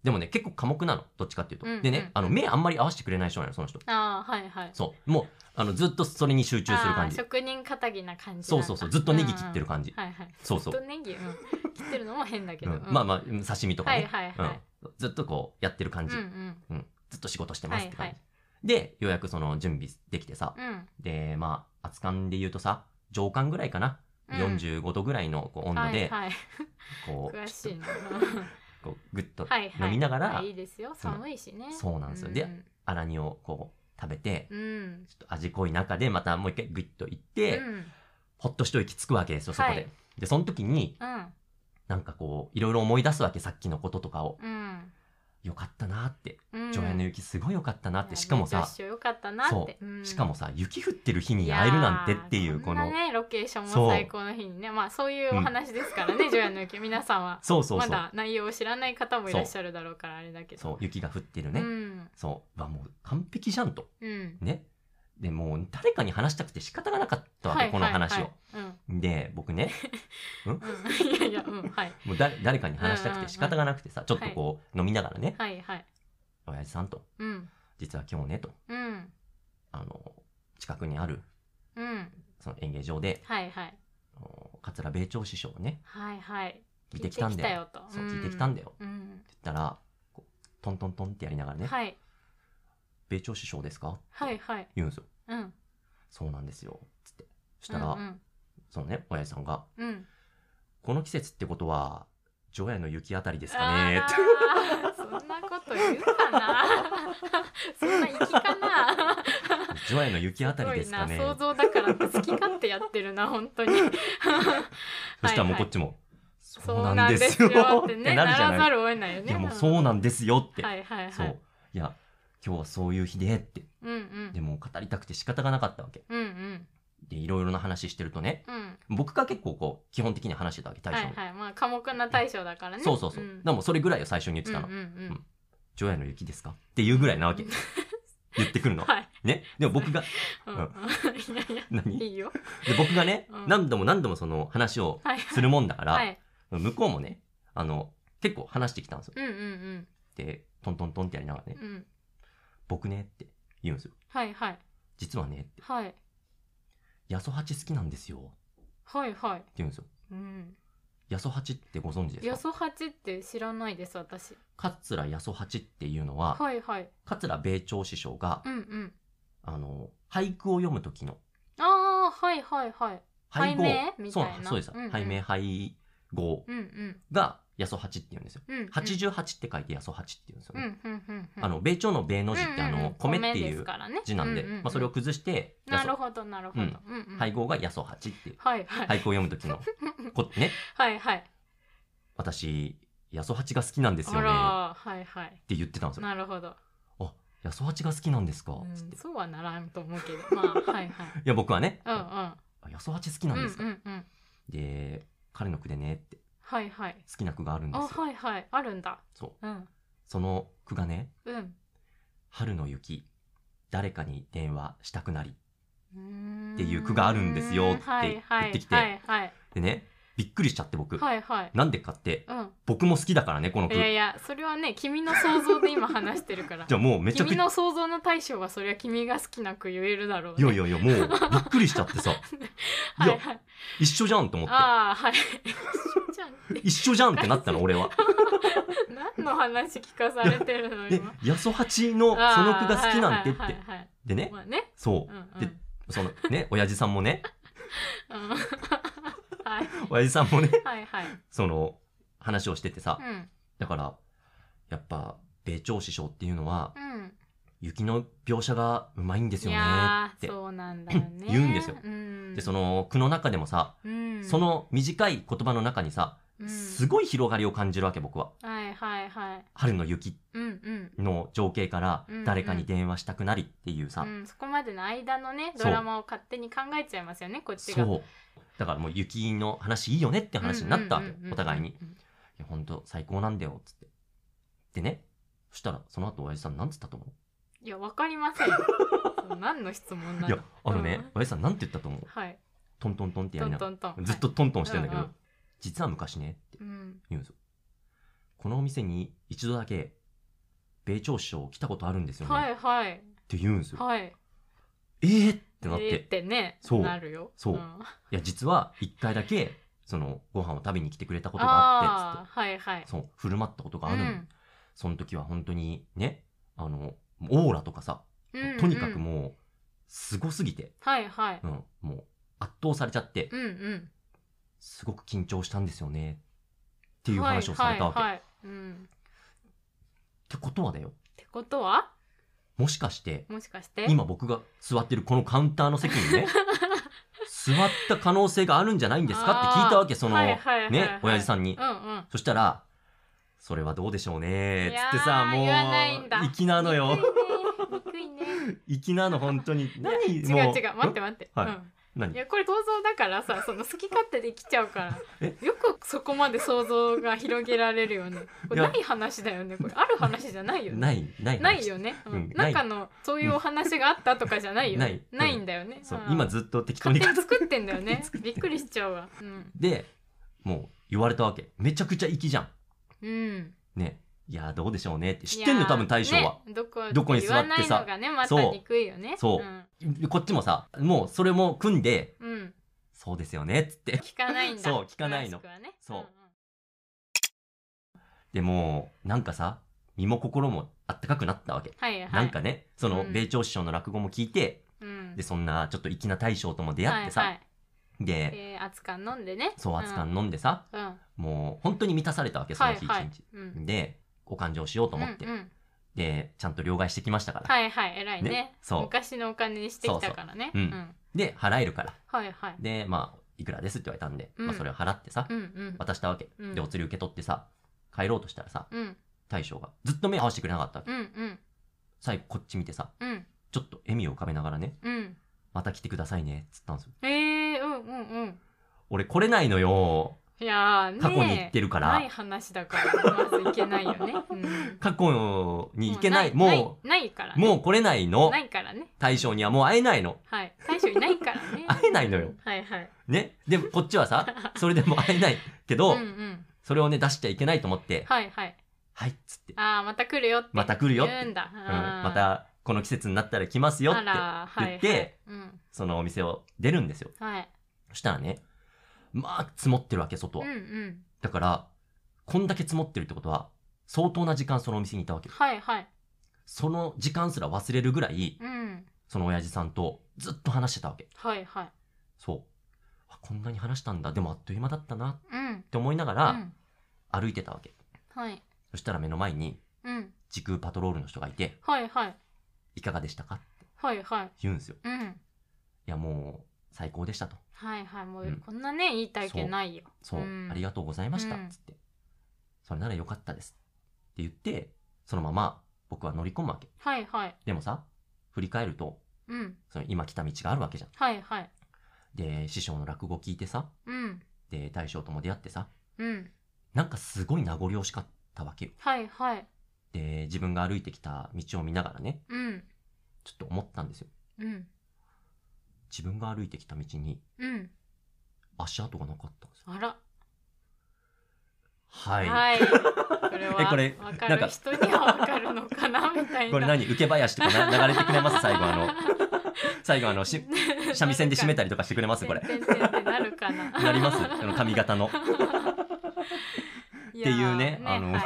Speaker 1: でもね、結構寡黙なの、どっちかっていうと。
Speaker 2: うんうん
Speaker 1: でね、あの、目あんまり合わせてくれない人なの、その人。
Speaker 2: ああはいはい
Speaker 1: そう。もう、あの、ずっとそれに集中する感
Speaker 2: あー
Speaker 1: じ。
Speaker 2: 職人かたぎな感じ
Speaker 1: そ
Speaker 2: な
Speaker 1: うん
Speaker 2: だ
Speaker 1: そうそう、ずっとネギ切ってる感じ。
Speaker 2: うんうんはいはい
Speaker 1: そうそ
Speaker 2: ずっ
Speaker 1: う。
Speaker 2: とネギ、うん、切ってるのも変だけ
Speaker 1: う
Speaker 2: ど、
Speaker 1: んまあまあ、うん刺身とか
Speaker 2: はい
Speaker 1: ね。
Speaker 2: はいはい、
Speaker 1: うんずっとこう、やってる感
Speaker 2: うん
Speaker 1: じ
Speaker 2: う。ん
Speaker 1: ずっと仕事してますって感
Speaker 2: は
Speaker 1: じ
Speaker 2: い。
Speaker 1: で、ようやくその準備できてさ。
Speaker 2: うん
Speaker 1: で、まあ、熱燗で言うとさ、上巻ぐらいかな。
Speaker 2: うん
Speaker 1: 45度ぐらいのこう温度で、
Speaker 2: はいはい、
Speaker 1: こう、
Speaker 2: 詳しい な
Speaker 1: こうぐっと
Speaker 2: はいはい
Speaker 1: 飲みなが
Speaker 2: まあ
Speaker 1: ら
Speaker 2: い、いですよ
Speaker 1: その
Speaker 2: 寒いしね
Speaker 1: そうなんですよ
Speaker 2: う
Speaker 1: で荒煮をこう、食べて、
Speaker 2: うん
Speaker 1: ちょっと味濃い中でまたもう一回グイッといっ
Speaker 2: うん
Speaker 1: て、
Speaker 2: うん
Speaker 1: ほっと一息つくわけですよ、そこで。
Speaker 2: はい
Speaker 1: で、その時に、
Speaker 2: うん
Speaker 1: なんかこう、いろいろ思い出すわけ、さっきのこととかを。
Speaker 2: うん
Speaker 1: よかったなって。
Speaker 2: うん
Speaker 1: 除夜の雪すごいよかったなって。しかもさ、
Speaker 2: よかったなって、うん
Speaker 1: しかもさ、雪降ってる日に会えるなんてってい
Speaker 2: や
Speaker 1: う、
Speaker 2: ー
Speaker 1: この
Speaker 2: んな、ねロケーション
Speaker 1: そう
Speaker 2: も最高の日にねまあそういうお話ですから ね除夜の雪皆さんは
Speaker 1: そうそうそう。
Speaker 2: まだ内容を知らない方もいらっしゃるだろうからあれだけど
Speaker 1: そう、雪が降ってる
Speaker 2: う
Speaker 1: ね。
Speaker 2: ん
Speaker 1: そう、うわ、もう完璧じゃんと。
Speaker 2: うん
Speaker 1: ね。で、もう誰かに話したくて仕方がなかったわけ、
Speaker 2: はい
Speaker 1: この話を。
Speaker 2: はいはい
Speaker 1: で、僕ね、
Speaker 2: うんうんいやいやうんはい
Speaker 1: もうだ誰かに話したくて仕方がなくてさ、ちょっとこう、飲みながらね、
Speaker 2: はいはい
Speaker 1: 親父さんと、
Speaker 2: うん
Speaker 1: 実は今日ね、と。
Speaker 2: うん
Speaker 1: あの、近くにある、
Speaker 2: うん
Speaker 1: その演芸場で、
Speaker 2: はいはい
Speaker 1: あの桂米朝師匠をね、
Speaker 2: はいはい
Speaker 1: 聞いてきたんだよ。
Speaker 2: 聞いてきたよと
Speaker 1: そう、聞いてきたんだ
Speaker 2: だ
Speaker 1: よ。って
Speaker 2: うん
Speaker 1: 言ったら、こうトントントンってやりながらね、
Speaker 2: はい
Speaker 1: 米朝師匠ですか
Speaker 2: はいはい
Speaker 1: 言うんですよ。
Speaker 2: うん
Speaker 1: そうなんですよ。つって。そしたら、
Speaker 2: うん
Speaker 1: そのね、親父さんが、
Speaker 2: うんうん
Speaker 1: この季節ってことは、除夜の雪あたりですかね
Speaker 2: あ
Speaker 1: って。
Speaker 2: ーそんなこと言うかな そんな粋かな
Speaker 1: 除夜の雪あたりですかね
Speaker 2: すごいな想像だからって好き勝手やって るな本当に
Speaker 1: そしたらもう
Speaker 2: はいはい
Speaker 1: こっちも、
Speaker 2: そうなんですよってねな
Speaker 1: なるじゃ
Speaker 2: ら
Speaker 1: な
Speaker 2: ざ
Speaker 1: い。
Speaker 2: るを得ないよね
Speaker 1: いや、もうそうなんですよって。
Speaker 2: はいはいはい
Speaker 1: そう。いや、今日はそういう日でって。
Speaker 2: うんうん
Speaker 1: でもう語りたくて仕方がなかったわけ。
Speaker 2: うんうん
Speaker 1: で、いろいろな話してるとね、
Speaker 2: うん
Speaker 1: 僕が結構こう、基本的に話してたわけ、大
Speaker 2: は
Speaker 1: 将
Speaker 2: い
Speaker 1: に。
Speaker 2: はいまあ寡黙な大将だからね
Speaker 1: そうそうそう。
Speaker 2: ん
Speaker 1: だからもうそれぐらいを最初に言ってたの
Speaker 2: うん。うん
Speaker 1: 除夜の雪ですかっていうぐらいなわけ。言ってくる
Speaker 2: うん
Speaker 1: の。
Speaker 2: はい
Speaker 1: ね。でも僕が、
Speaker 2: うん
Speaker 1: うん
Speaker 2: うんいやいや
Speaker 1: 何
Speaker 2: い
Speaker 1: で
Speaker 2: いよ
Speaker 1: 僕がね
Speaker 2: うん、
Speaker 1: 何度も何度もその話を
Speaker 2: はい
Speaker 1: するもんだか
Speaker 2: は
Speaker 1: ら、
Speaker 2: い
Speaker 1: 向こうもね、あの、結構話してきたんですよ。
Speaker 2: うんうん
Speaker 1: で、トントントンってやりながらね
Speaker 2: うん、うん
Speaker 1: 僕ねって言うんですよ。
Speaker 2: はいはい
Speaker 1: 実はねって、
Speaker 2: はい
Speaker 1: ヤソハチ好きなんですよって
Speaker 2: はいはい
Speaker 1: 言うんですよ。
Speaker 2: うん
Speaker 1: ヤソハチってご存知で
Speaker 2: よ
Speaker 1: すか
Speaker 2: そ八って知らないです私
Speaker 1: 桂ヤソハチっていうのは、
Speaker 2: はいはい
Speaker 1: 桂米朝師匠が
Speaker 2: う、んうん
Speaker 1: あの、俳句を読む時の
Speaker 2: ああはいはいはい
Speaker 1: 配合
Speaker 2: 配名みたいな
Speaker 1: そうそうです、
Speaker 2: うんうん
Speaker 1: 配名配合
Speaker 2: うんうん
Speaker 1: が八十八って言うんですよ、
Speaker 2: うんうん
Speaker 1: 88って書いて八十八って言うんですよ
Speaker 2: う
Speaker 1: ね、
Speaker 2: んうんうんうん
Speaker 1: あの米朝の米の字ってあの、
Speaker 2: うんうんうん
Speaker 1: 米って
Speaker 2: で
Speaker 1: い
Speaker 2: す
Speaker 1: う
Speaker 2: からね
Speaker 1: 字なんで、
Speaker 2: うう
Speaker 1: ま
Speaker 2: う
Speaker 1: あ、それを崩して八
Speaker 2: な
Speaker 1: 十
Speaker 2: るほどなるほど、
Speaker 1: うん
Speaker 2: うんうん
Speaker 1: 配合が八十八っていう
Speaker 2: はいは
Speaker 1: 俳
Speaker 2: い
Speaker 1: 句を読む時 のこね
Speaker 2: はいはい
Speaker 1: 私八十八が好きなんですよ
Speaker 2: あ
Speaker 1: ねっ
Speaker 2: らはいはい
Speaker 1: て言ってたんですよ
Speaker 2: なるほど、
Speaker 1: あ八十八が好きなんですか、
Speaker 2: うん
Speaker 1: つってい
Speaker 2: そうはならんと思うけどま あはいはい
Speaker 1: や僕はね、
Speaker 2: うんうん
Speaker 1: あ八十八好きなんですか、
Speaker 2: うんうんうん
Speaker 1: で彼の句でねって
Speaker 2: はいはい
Speaker 1: 好きな句があるんです
Speaker 2: あ
Speaker 1: よ、
Speaker 2: はいはいあるんだ
Speaker 1: そう
Speaker 2: うん
Speaker 1: その句がね
Speaker 2: うん
Speaker 1: 春の雪誰かに電話したくなり
Speaker 2: うーん
Speaker 1: っていう句があるんですよって
Speaker 2: はいは
Speaker 1: 言
Speaker 2: い
Speaker 1: ってきて
Speaker 2: はいはい
Speaker 1: でねびっくりしちゃって僕、
Speaker 2: はいはい
Speaker 1: なんでかって
Speaker 2: うん
Speaker 1: 僕も好きだからねこの句
Speaker 2: いやいやそれはね君の想像で今話してるから
Speaker 1: じゃあもうめちゃくち
Speaker 2: 君
Speaker 1: ゃ
Speaker 2: の想像の対象はそれは君が好きな句言えるだろう、
Speaker 1: いやいやいやもうびっくりしちゃって さい
Speaker 2: は
Speaker 1: や
Speaker 2: いはい
Speaker 1: 一緒じゃんと思って
Speaker 2: ああはい一緒じゃんって
Speaker 1: 一緒じゃんってなったの俺 は
Speaker 2: 何の話聞かされてるの
Speaker 1: で
Speaker 2: 今
Speaker 1: 八十八のその句が好きなんてっ
Speaker 2: あーは
Speaker 1: て
Speaker 2: いはいはいはい
Speaker 1: でね
Speaker 2: まあね
Speaker 1: そ
Speaker 2: うんうん
Speaker 1: うでそのね親父さんもね
Speaker 2: うんはい
Speaker 1: 親父さんもね
Speaker 2: はいはい
Speaker 1: その話をしててさ
Speaker 2: うん
Speaker 1: だからやっぱ米朝師匠っていうのは
Speaker 2: うん
Speaker 1: 雪の描写がうまいんですよねっ
Speaker 2: い
Speaker 1: て
Speaker 2: やーそうなんだよね
Speaker 1: 言うんですよ
Speaker 2: うん、
Speaker 1: でその句の中でもさ、
Speaker 2: うん
Speaker 1: そ、の短い言葉の中にさ、
Speaker 2: うん
Speaker 1: すごい広がりを感じるわけ僕は
Speaker 2: はいはいはい
Speaker 1: 春の雪
Speaker 2: うんうん
Speaker 1: の情景から
Speaker 2: うんうん
Speaker 1: 誰かに電話したくなりっていうさ、
Speaker 2: うん、そこまでの間のね
Speaker 1: そう
Speaker 2: ドラマを勝手に考えちゃいますよねこっち
Speaker 1: そ
Speaker 2: が
Speaker 1: うだからもう雪の話いいよねって話になったわけ、お互いにいやほんと最高なんだよっつってでねそしたらその後親父さんなんつったと思う
Speaker 2: いやわかりま せんそう何の質問ないの
Speaker 1: やあのね
Speaker 2: うん
Speaker 1: 親父さんなんて言ったと思う
Speaker 2: はい
Speaker 1: トントントンってやり
Speaker 2: トン
Speaker 1: な
Speaker 2: ト
Speaker 1: が
Speaker 2: ントン
Speaker 1: らずっとトントンしてんだけど、
Speaker 2: はいうんうん
Speaker 1: 実は昔ねって
Speaker 2: うん
Speaker 1: 言うんですよこのお店に一度だけ米朝師匠来たことあるんですよね、
Speaker 2: はいはい
Speaker 1: って言うんですよ
Speaker 2: はいっ
Speaker 1: えー、ってなって、
Speaker 2: えーってね
Speaker 1: そう
Speaker 2: なるよ
Speaker 1: そうんいや実は一回だけそのご飯を食べに来てくれたことがあって
Speaker 2: ああはいは
Speaker 1: つ
Speaker 2: い
Speaker 1: ってそう振る舞ったことがあるの、
Speaker 2: うん
Speaker 1: その時は本当にねあのオーラとかさ、とにかく
Speaker 2: うんうん
Speaker 1: もうすごすぎて、
Speaker 2: はいはい
Speaker 1: うん、もう圧倒されちゃって、
Speaker 2: うんうん
Speaker 1: すごく緊張したんですよねって
Speaker 2: て
Speaker 1: いう話をされたわけ、
Speaker 2: はいはいはいうん、
Speaker 1: ってことはだよ
Speaker 2: ってことは
Speaker 1: もしかして
Speaker 2: もしかして
Speaker 1: 今僕が座ってるこのカウンターの席に ね座った可能性があるんじゃないんですかって聞いたわけその、
Speaker 2: はいはいはいはい
Speaker 1: ね親父さんに、
Speaker 2: うんうん
Speaker 1: そしたら「それはどうでしょうね」
Speaker 2: い
Speaker 1: つ
Speaker 2: やー
Speaker 1: ってさも
Speaker 2: 言わないんだ
Speaker 1: う粋なのよ
Speaker 2: 憎いね憎いね
Speaker 1: 粋なの本当に何
Speaker 2: いや違
Speaker 1: も
Speaker 2: う違う待って待って、
Speaker 1: はい
Speaker 2: うん
Speaker 1: 何
Speaker 2: いやこれ想像だからさその好き勝手できちゃうか
Speaker 1: え
Speaker 2: らよくそこまで想像が広げられるよねこれ
Speaker 1: いや
Speaker 2: ない話だよねこれある話じゃないよね
Speaker 1: ないない
Speaker 2: ないよね、うん
Speaker 1: うんない
Speaker 2: 中のそういうお話があったとかじゃないよ
Speaker 1: ない
Speaker 2: ね
Speaker 1: うん
Speaker 2: ないんだよね、
Speaker 1: そう
Speaker 2: うん
Speaker 1: 今ずっと適当
Speaker 2: 勝
Speaker 1: に
Speaker 2: 手に作ってんだ よね
Speaker 1: 勝手
Speaker 2: びっくりしちゃうわうん、
Speaker 1: でもう言われたわけめちゃくちゃ粋じゃん
Speaker 2: うん、
Speaker 1: ねいやーどうでしょうねって知ってんの多分大将
Speaker 2: いや
Speaker 1: は、
Speaker 2: ーねどこ
Speaker 1: どこに座ってさ
Speaker 2: 言わないのがねまた
Speaker 1: そう
Speaker 2: 憎いよね
Speaker 1: そうこっちもさもうそれも組んで
Speaker 2: うん、うん
Speaker 1: 「そうですよね」っつって
Speaker 2: 聞かないんだ
Speaker 1: そう聞かないの
Speaker 2: 詳しくはね
Speaker 1: そうん
Speaker 2: ん
Speaker 1: でもうなんかさ身も心もあったかくなったわけ、
Speaker 2: はいはい
Speaker 1: なんかねその
Speaker 2: うん
Speaker 1: 米朝師匠の落語も聞いて、
Speaker 2: うん
Speaker 1: でそんなちょっと粋な大将とも出会ってさ、
Speaker 2: はいはい
Speaker 1: で、
Speaker 2: で熱燗飲んでね
Speaker 1: そう、熱燗飲んでさ、
Speaker 2: うんうん
Speaker 1: もう本当に満たされたわけ、その日一日。
Speaker 2: はいはいうん
Speaker 1: で、お勘定しようと思って、
Speaker 2: うんうん
Speaker 1: で、ちゃんと両替してきましたから。
Speaker 2: はいはい偉いね
Speaker 1: ねそう
Speaker 2: 昔のお金にしてきたからね
Speaker 1: そうそううん
Speaker 2: ん
Speaker 1: で、払えるから。
Speaker 2: はいはい
Speaker 1: で、まあ、いくらですって言われたんで、
Speaker 2: うん
Speaker 1: まあ、それを払ってさ、
Speaker 2: うんうん
Speaker 1: 渡したわけ。
Speaker 2: うん
Speaker 1: で、お釣り受け取ってさ、帰ろうとしたらさ、
Speaker 2: うん
Speaker 1: 大将がずっと目合わせてくれなかったわけ。
Speaker 2: うんうん
Speaker 1: 最後、こっち見てさ、
Speaker 2: うん
Speaker 1: ちょっと笑みを浮かべながらね、
Speaker 2: うん
Speaker 1: また来てくださいね、っつったんですよ。
Speaker 2: えーうんうんうん
Speaker 1: 俺来れないのよ。
Speaker 2: いやーね
Speaker 1: 過去に行ってるから
Speaker 2: ない話だからまずいけないよ ねうん
Speaker 1: 過去に行けない。
Speaker 2: もう
Speaker 1: も
Speaker 2: ないないから
Speaker 1: う、
Speaker 2: ね
Speaker 1: もう来れないの
Speaker 2: な。いからね
Speaker 1: 大将にはもう会えないの。
Speaker 2: はい最初いないから ね
Speaker 1: 会えないのよ
Speaker 2: はいはい
Speaker 1: ね。で、 こっちはさ、それでも会えないけど、
Speaker 2: うんうん
Speaker 1: それをね、出しちゃいけないと思って、
Speaker 2: はいはい
Speaker 1: はいっつって、
Speaker 2: あーまた来るよって
Speaker 1: また来るよって
Speaker 2: 言うんだうん
Speaker 1: うん、またこの季節になったら来ますよって
Speaker 2: あ、らー
Speaker 1: 言って
Speaker 2: はいはいうん
Speaker 1: そのお店を出るんですよ。
Speaker 2: はい
Speaker 1: そしたらね、まあ積もってるわけ、外
Speaker 2: う
Speaker 1: は。
Speaker 2: んうん
Speaker 1: だから、こんだけ積もってるってことは、相当な時間そのお店にいたわけ。
Speaker 2: はいはい
Speaker 1: その時間すら忘れるぐらい、
Speaker 2: うん
Speaker 1: その親父さんとずっと話してたわけ。
Speaker 2: はいはい
Speaker 1: そう。あこんなに話したんだでもあっという間だったな
Speaker 2: うん
Speaker 1: って思いなが
Speaker 2: う
Speaker 1: ら
Speaker 2: ん
Speaker 1: 歩いてたわけ、
Speaker 2: はい
Speaker 1: そしたら目の前に
Speaker 2: うん
Speaker 1: 時空パトロールの人がいて
Speaker 2: はいはい
Speaker 1: いかがでしたかって
Speaker 2: はいはい
Speaker 1: 言うんですよ
Speaker 2: うん
Speaker 1: いやもう最高でしたと
Speaker 2: はいはいも
Speaker 1: う
Speaker 2: うんこんなねいい体験ないよ
Speaker 1: そう、
Speaker 2: うん
Speaker 1: ありがとうございました
Speaker 2: うん
Speaker 1: つって、それならよかったですって言ってそのまま僕は乗り込むわけ
Speaker 2: はいはい
Speaker 1: でもさ振り返ると
Speaker 2: うん
Speaker 1: その今来た道があるわけじゃん
Speaker 2: はいはい
Speaker 1: で師匠の落語聞いてさ
Speaker 2: うん
Speaker 1: で大将とも出会ってさ
Speaker 2: うん
Speaker 1: なんかすごい名残惜しかったわけよ
Speaker 2: はいはい
Speaker 1: で自分が歩いてきた道を見ながらね
Speaker 2: うん
Speaker 1: ちょっと思ったんですよ
Speaker 2: うん
Speaker 1: 自分が歩いてきた道に
Speaker 2: うん
Speaker 1: 足跡がなかったんですよ
Speaker 2: あら
Speaker 1: はい、
Speaker 2: はいこれ
Speaker 1: え
Speaker 2: は
Speaker 1: これ
Speaker 2: 分か
Speaker 1: なんか
Speaker 2: る人には分かるのかなみたいな
Speaker 1: これ何受け林とかな流れてくれます最後あ の最後あのし三味線で締めたりとかしてくれますこれ
Speaker 2: てんてんてんってなるかな。
Speaker 1: なり ますあの髪型の
Speaker 2: って
Speaker 1: ていうねあの
Speaker 2: はいは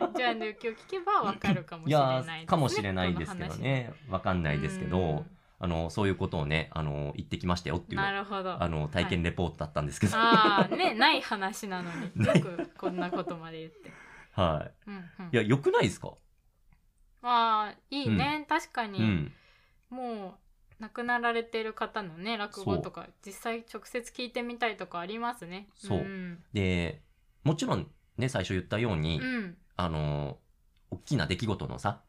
Speaker 2: いはい、じゃあね今日聞けばわかるかも
Speaker 1: い
Speaker 2: しれな
Speaker 1: や
Speaker 2: いですね。
Speaker 1: ーかもしれないですけど
Speaker 2: この話。
Speaker 1: ねわかんないですけど、
Speaker 2: うん
Speaker 1: あのそういうことをねあの言ってきましたよっていう
Speaker 2: なるほど。
Speaker 1: あの体験レポートだったんですけど、は
Speaker 2: ああねない話なのによくこんなことまで言っ て。
Speaker 1: い、
Speaker 2: うんうん、
Speaker 1: い、やよくないですか、
Speaker 2: まあいいね、確かに、
Speaker 1: うん、
Speaker 2: もう亡くなられてる方のね落語とか実際直接聞いてみたいとかありますね。
Speaker 1: そうんでもちろんね最初言ったように、
Speaker 2: うん
Speaker 1: あの大きな出来事のさ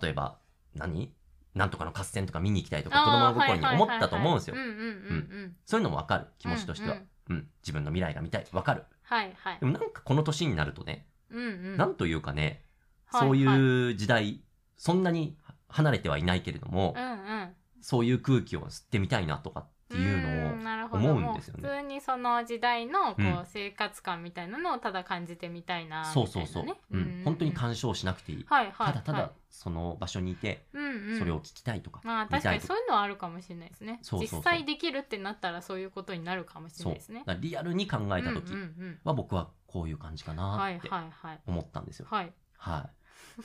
Speaker 1: 例えば何なんとかの合戦とか見に行きたいとか子供の心に思ったと思うんですよ
Speaker 2: あーはいはいはいはいうんうんうんうん。
Speaker 1: そういうのもわかる気持ちとしては、
Speaker 2: う
Speaker 1: うん
Speaker 2: うんん
Speaker 1: 自分の未来が見たいわかる
Speaker 2: はいはい
Speaker 1: で。もなんかこの年になるとね、
Speaker 2: うんうん。
Speaker 1: なんというかね、
Speaker 2: はいはい
Speaker 1: そういう時代そんなに離れてはいないけれども、
Speaker 2: うんうん。
Speaker 1: そういう空気を吸ってみたいなとかっていうのを
Speaker 2: んなるほど
Speaker 1: 思うんですよ
Speaker 2: もう
Speaker 1: ね。
Speaker 2: 普通にその時代のこう、
Speaker 1: うん
Speaker 2: 生活感みたいなのをただ感じてみたいな
Speaker 1: そうそうそう、
Speaker 2: みたいな
Speaker 1: う
Speaker 2: ね
Speaker 1: ん、本当に干渉しなくていい、
Speaker 2: はいはい
Speaker 1: ただただその場所にいて、
Speaker 2: うんうん
Speaker 1: それを聞きたいとか、
Speaker 2: まあ
Speaker 1: 見
Speaker 2: 確
Speaker 1: た
Speaker 2: か
Speaker 1: い
Speaker 2: に
Speaker 1: と
Speaker 2: そ
Speaker 1: か
Speaker 2: ういうのはあるかもしれないですね
Speaker 1: そうそうそう
Speaker 2: 実際できるってなったらそういうことになるかもしれないですね
Speaker 1: だからリアルに考えた時
Speaker 2: うんうんうん
Speaker 1: は僕はこういう感じかな
Speaker 2: はい
Speaker 1: って
Speaker 2: はいはい
Speaker 1: 思ったんですよ。
Speaker 2: はい
Speaker 1: は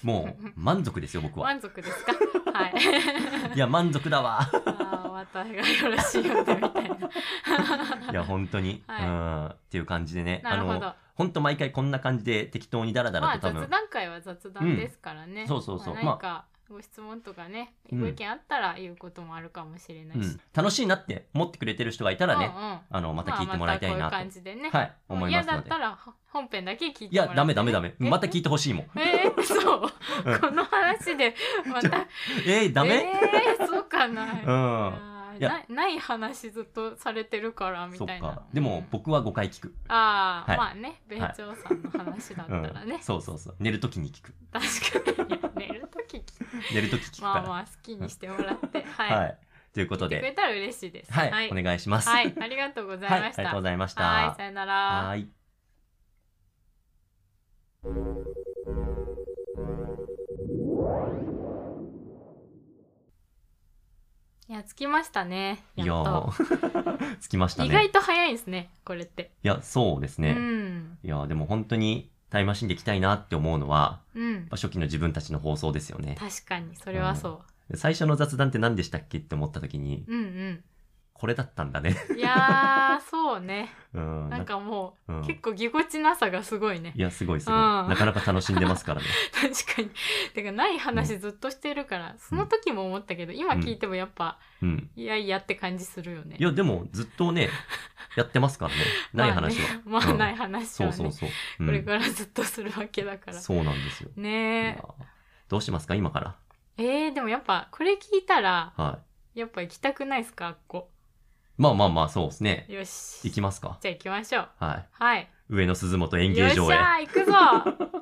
Speaker 1: い、もう満足ですよ僕は。
Speaker 2: 満足で すかはい
Speaker 1: いや満足だ わ。
Speaker 2: ああまたがよろしいよねみ たいな
Speaker 1: いや本当に、
Speaker 2: はい
Speaker 1: うんっていう感じでね
Speaker 2: なるほ
Speaker 1: あの
Speaker 2: ど
Speaker 1: 本当毎回こんな感じで適当にダラダ
Speaker 2: ま
Speaker 1: ラ
Speaker 2: あ
Speaker 1: と多分、
Speaker 2: 雑談会は雑談ですからね、
Speaker 1: うんそうそうそう
Speaker 2: まあ何かご質問とかね、
Speaker 1: うん
Speaker 2: ご意見あったら言うこともあるかもしれな
Speaker 1: う
Speaker 2: いし、
Speaker 1: ん、楽しいなって思ってくれてる人がいたらね、
Speaker 2: うんうん
Speaker 1: あのまた聞いてもらいたい
Speaker 2: ま
Speaker 1: な
Speaker 2: あま
Speaker 1: と、
Speaker 2: たこういう感じでね、
Speaker 1: はい
Speaker 2: もう
Speaker 1: 思います
Speaker 2: 嫌だ
Speaker 1: の
Speaker 2: っ
Speaker 1: で
Speaker 2: たらほ本編だけ聞い
Speaker 1: い
Speaker 2: てもらって、
Speaker 1: やダメダメダメ
Speaker 2: え
Speaker 1: また聞いてほしいもん
Speaker 2: えー、そう、
Speaker 1: うん
Speaker 2: この話でまた
Speaker 1: えー、ダメ、
Speaker 2: えー、そうかな、いや
Speaker 1: うん
Speaker 2: ー
Speaker 1: いや
Speaker 2: なない話ずっとされてるからみ
Speaker 1: そった
Speaker 2: いな
Speaker 1: かでも僕は5回聞く、
Speaker 2: ああ、
Speaker 1: はい
Speaker 2: まあね米朝さんの話だった
Speaker 1: う
Speaker 2: ら
Speaker 1: ん
Speaker 2: ね、
Speaker 1: そうそうそう寝るときに聞く
Speaker 2: 確かにいや寝る時聞
Speaker 1: 寝るとき聞くから
Speaker 2: まあまあ好きにしてもらって、はい、
Speaker 1: はいということ
Speaker 2: 聞いてくれ
Speaker 1: で
Speaker 2: たら嬉しいで す。
Speaker 1: はい、
Speaker 2: はい、
Speaker 1: お願いします
Speaker 2: はいありがとうござい
Speaker 1: は
Speaker 2: ま
Speaker 1: いあ
Speaker 2: し
Speaker 1: りが
Speaker 2: た。
Speaker 1: とうございました
Speaker 2: はい、さよなら。
Speaker 1: はい
Speaker 2: いや、着きましたね。
Speaker 1: い
Speaker 2: や
Speaker 1: や
Speaker 2: っと。
Speaker 1: ー着きました
Speaker 2: 意
Speaker 1: ね
Speaker 2: 外と早いですね、これって。
Speaker 1: いやそうですね、
Speaker 2: うん。
Speaker 1: いやーでも本当にタイムマシンで行きたいなって思うのは
Speaker 2: うん
Speaker 1: やっぱ。初期の自分たちの放送ですよね
Speaker 2: 確かに、それはそ
Speaker 1: 最初の雑談って何でしたっけって思った時に
Speaker 2: う。うん
Speaker 1: これだったんだね
Speaker 2: うん。いやー、そうね。
Speaker 1: うん
Speaker 2: なんかも
Speaker 1: う
Speaker 2: う、
Speaker 1: ん
Speaker 2: 結構ぎこちなさがすごいね
Speaker 1: い。やすごいすごい、
Speaker 2: うん
Speaker 1: なかなか楽しんでますからね
Speaker 2: 確かに。てか、ない話ずっとしてるから、その時も思ったけど、今聞いてもやっぱ、
Speaker 1: うん
Speaker 2: いやいやって感じするよね
Speaker 1: い。やでもずっとねやってます からねない話は、
Speaker 2: まあねまあ
Speaker 1: うん
Speaker 2: ない話
Speaker 1: そ
Speaker 2: は
Speaker 1: う
Speaker 2: ね。
Speaker 1: そうそう、うん
Speaker 2: これからずっとするわけだから。
Speaker 1: そうなんですよ、い
Speaker 2: ね
Speaker 1: やどうしますか今から
Speaker 2: え。えー、でもやっぱ、これ聞いたら、
Speaker 1: は
Speaker 2: やっぱ行きたくないですか、あっこ。
Speaker 1: いまあまあまあそうですね
Speaker 2: よし。
Speaker 1: 行きますか
Speaker 2: じゃあ行きましょう。
Speaker 1: は
Speaker 2: はい。
Speaker 1: い上野鈴本演芸
Speaker 2: よっ
Speaker 1: 場
Speaker 2: し
Speaker 1: へ
Speaker 2: ゃー行くぞ